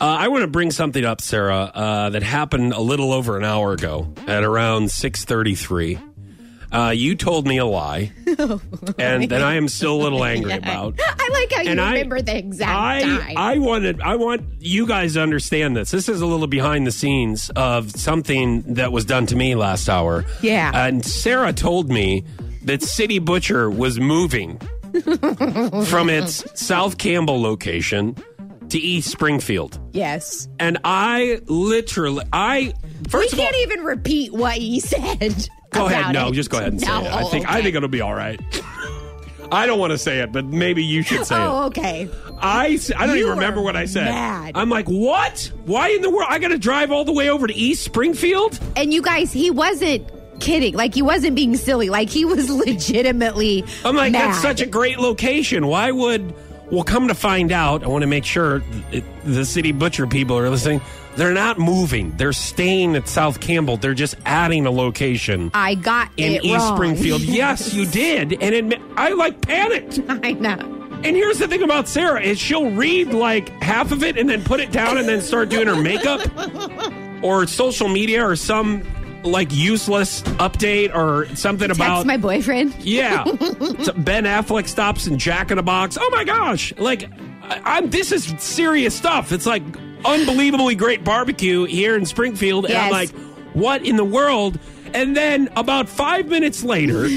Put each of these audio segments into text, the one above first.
Uh, I want to bring something up, Sarah, uh, that happened a little over an hour ago at around six thirty-three. Uh, you told me a lie, and that I am still a little angry about. I like how you And I- remember the exact I, time. I wanted I want you guys to understand this. This is a little behind the scenes of something that was done to me last hour. Yeah. And Sarah told me that City Butcher was moving from its South Campbell location to East Springfield. yes. And I literally I We first of all can't even repeat what he said. Go ahead. about No, it. just go ahead and No, say it. I think I okay. think it'll be all right. I don't want to say it, but maybe you should say it. Oh, okay. I, s- I don't You even remember were what I said. mad. I'm like, what? Why in the world? I got to drive all the way over to East Springfield? And you guys, he wasn't kidding. Like he wasn't being silly. Like he was legitimately. I'm like, mad. that's such a great location. Why would? Well, come to find out, I want to make sure th- the city butcher people are listening. They're not moving. They're staying at South Campbell. They're just adding a location I got in it East wrong. Springfield. Yes, you did, and it, ma- I like panicked. I know. And here's the thing about Sarah is she'll read like half of it and then put it down and then start doing her makeup or social media or some like useless update or something about Text my boyfriend. yeah. So ben Affleck stops in Jack in a Box. Oh my gosh! Like, I, I'm this is serious stuff. It's like unbelievably great barbecue here in Springfield, and I'm Yes. like, what in the world? And then about five minutes later,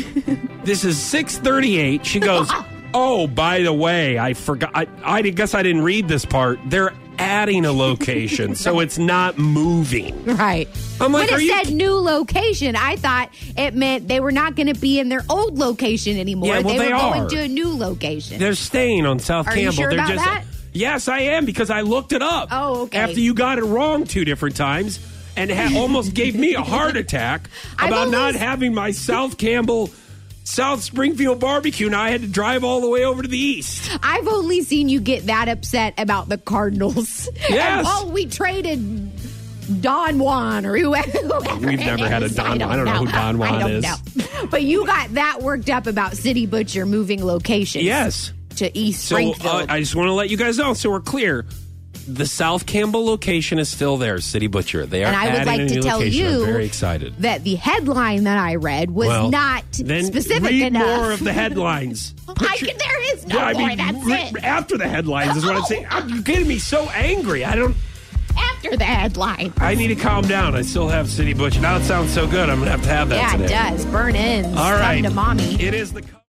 this is six thirty-eight. She goes, "Oh, by the way, I forgot. I, I guess I didn't read this part. They're adding a location, so it's not moving." Right. I'm like, when are it you said new location, I thought it meant they were not going to be in their old location anymore. Yeah, well, they, they were are. going to a new location. They're staying on South Are you Campbell. sure They're about just that? Yes, I am because I looked it up. Oh, okay. After you got it wrong two different times and ha- almost gave me a heart attack I've about not always- having my South Campbell South Springfield barbecue and I had to drive all the way over to the east. I've only seen you get that upset about the Cardinals. And, Yes. oh, we traded Don Juan or whoever. whoever We've it never had a is. Don- I don't know who Don I Juan don't is. know. But you got that worked up about City Butcher moving locations. Yes. To East So Springfield. uh, I just want to let you guys know so we're clear. The South Campbell location is still there, City Butcher. They are and I would adding a like new to tell location. I'm you very excited. that the headline that I read was Well, not then specific read enough. more of the headlines. I can, there is no Yeah, I more. mean, That's re- it. after the headlines is what I'm saying. I'm, you're getting me so angry. I don't. After the headline. I need to calm down. I still have City Butcher. Now it sounds so good. I'm gonna have to have that Yeah, today. it does. Burn ins. All right, Come to mommy. It is the.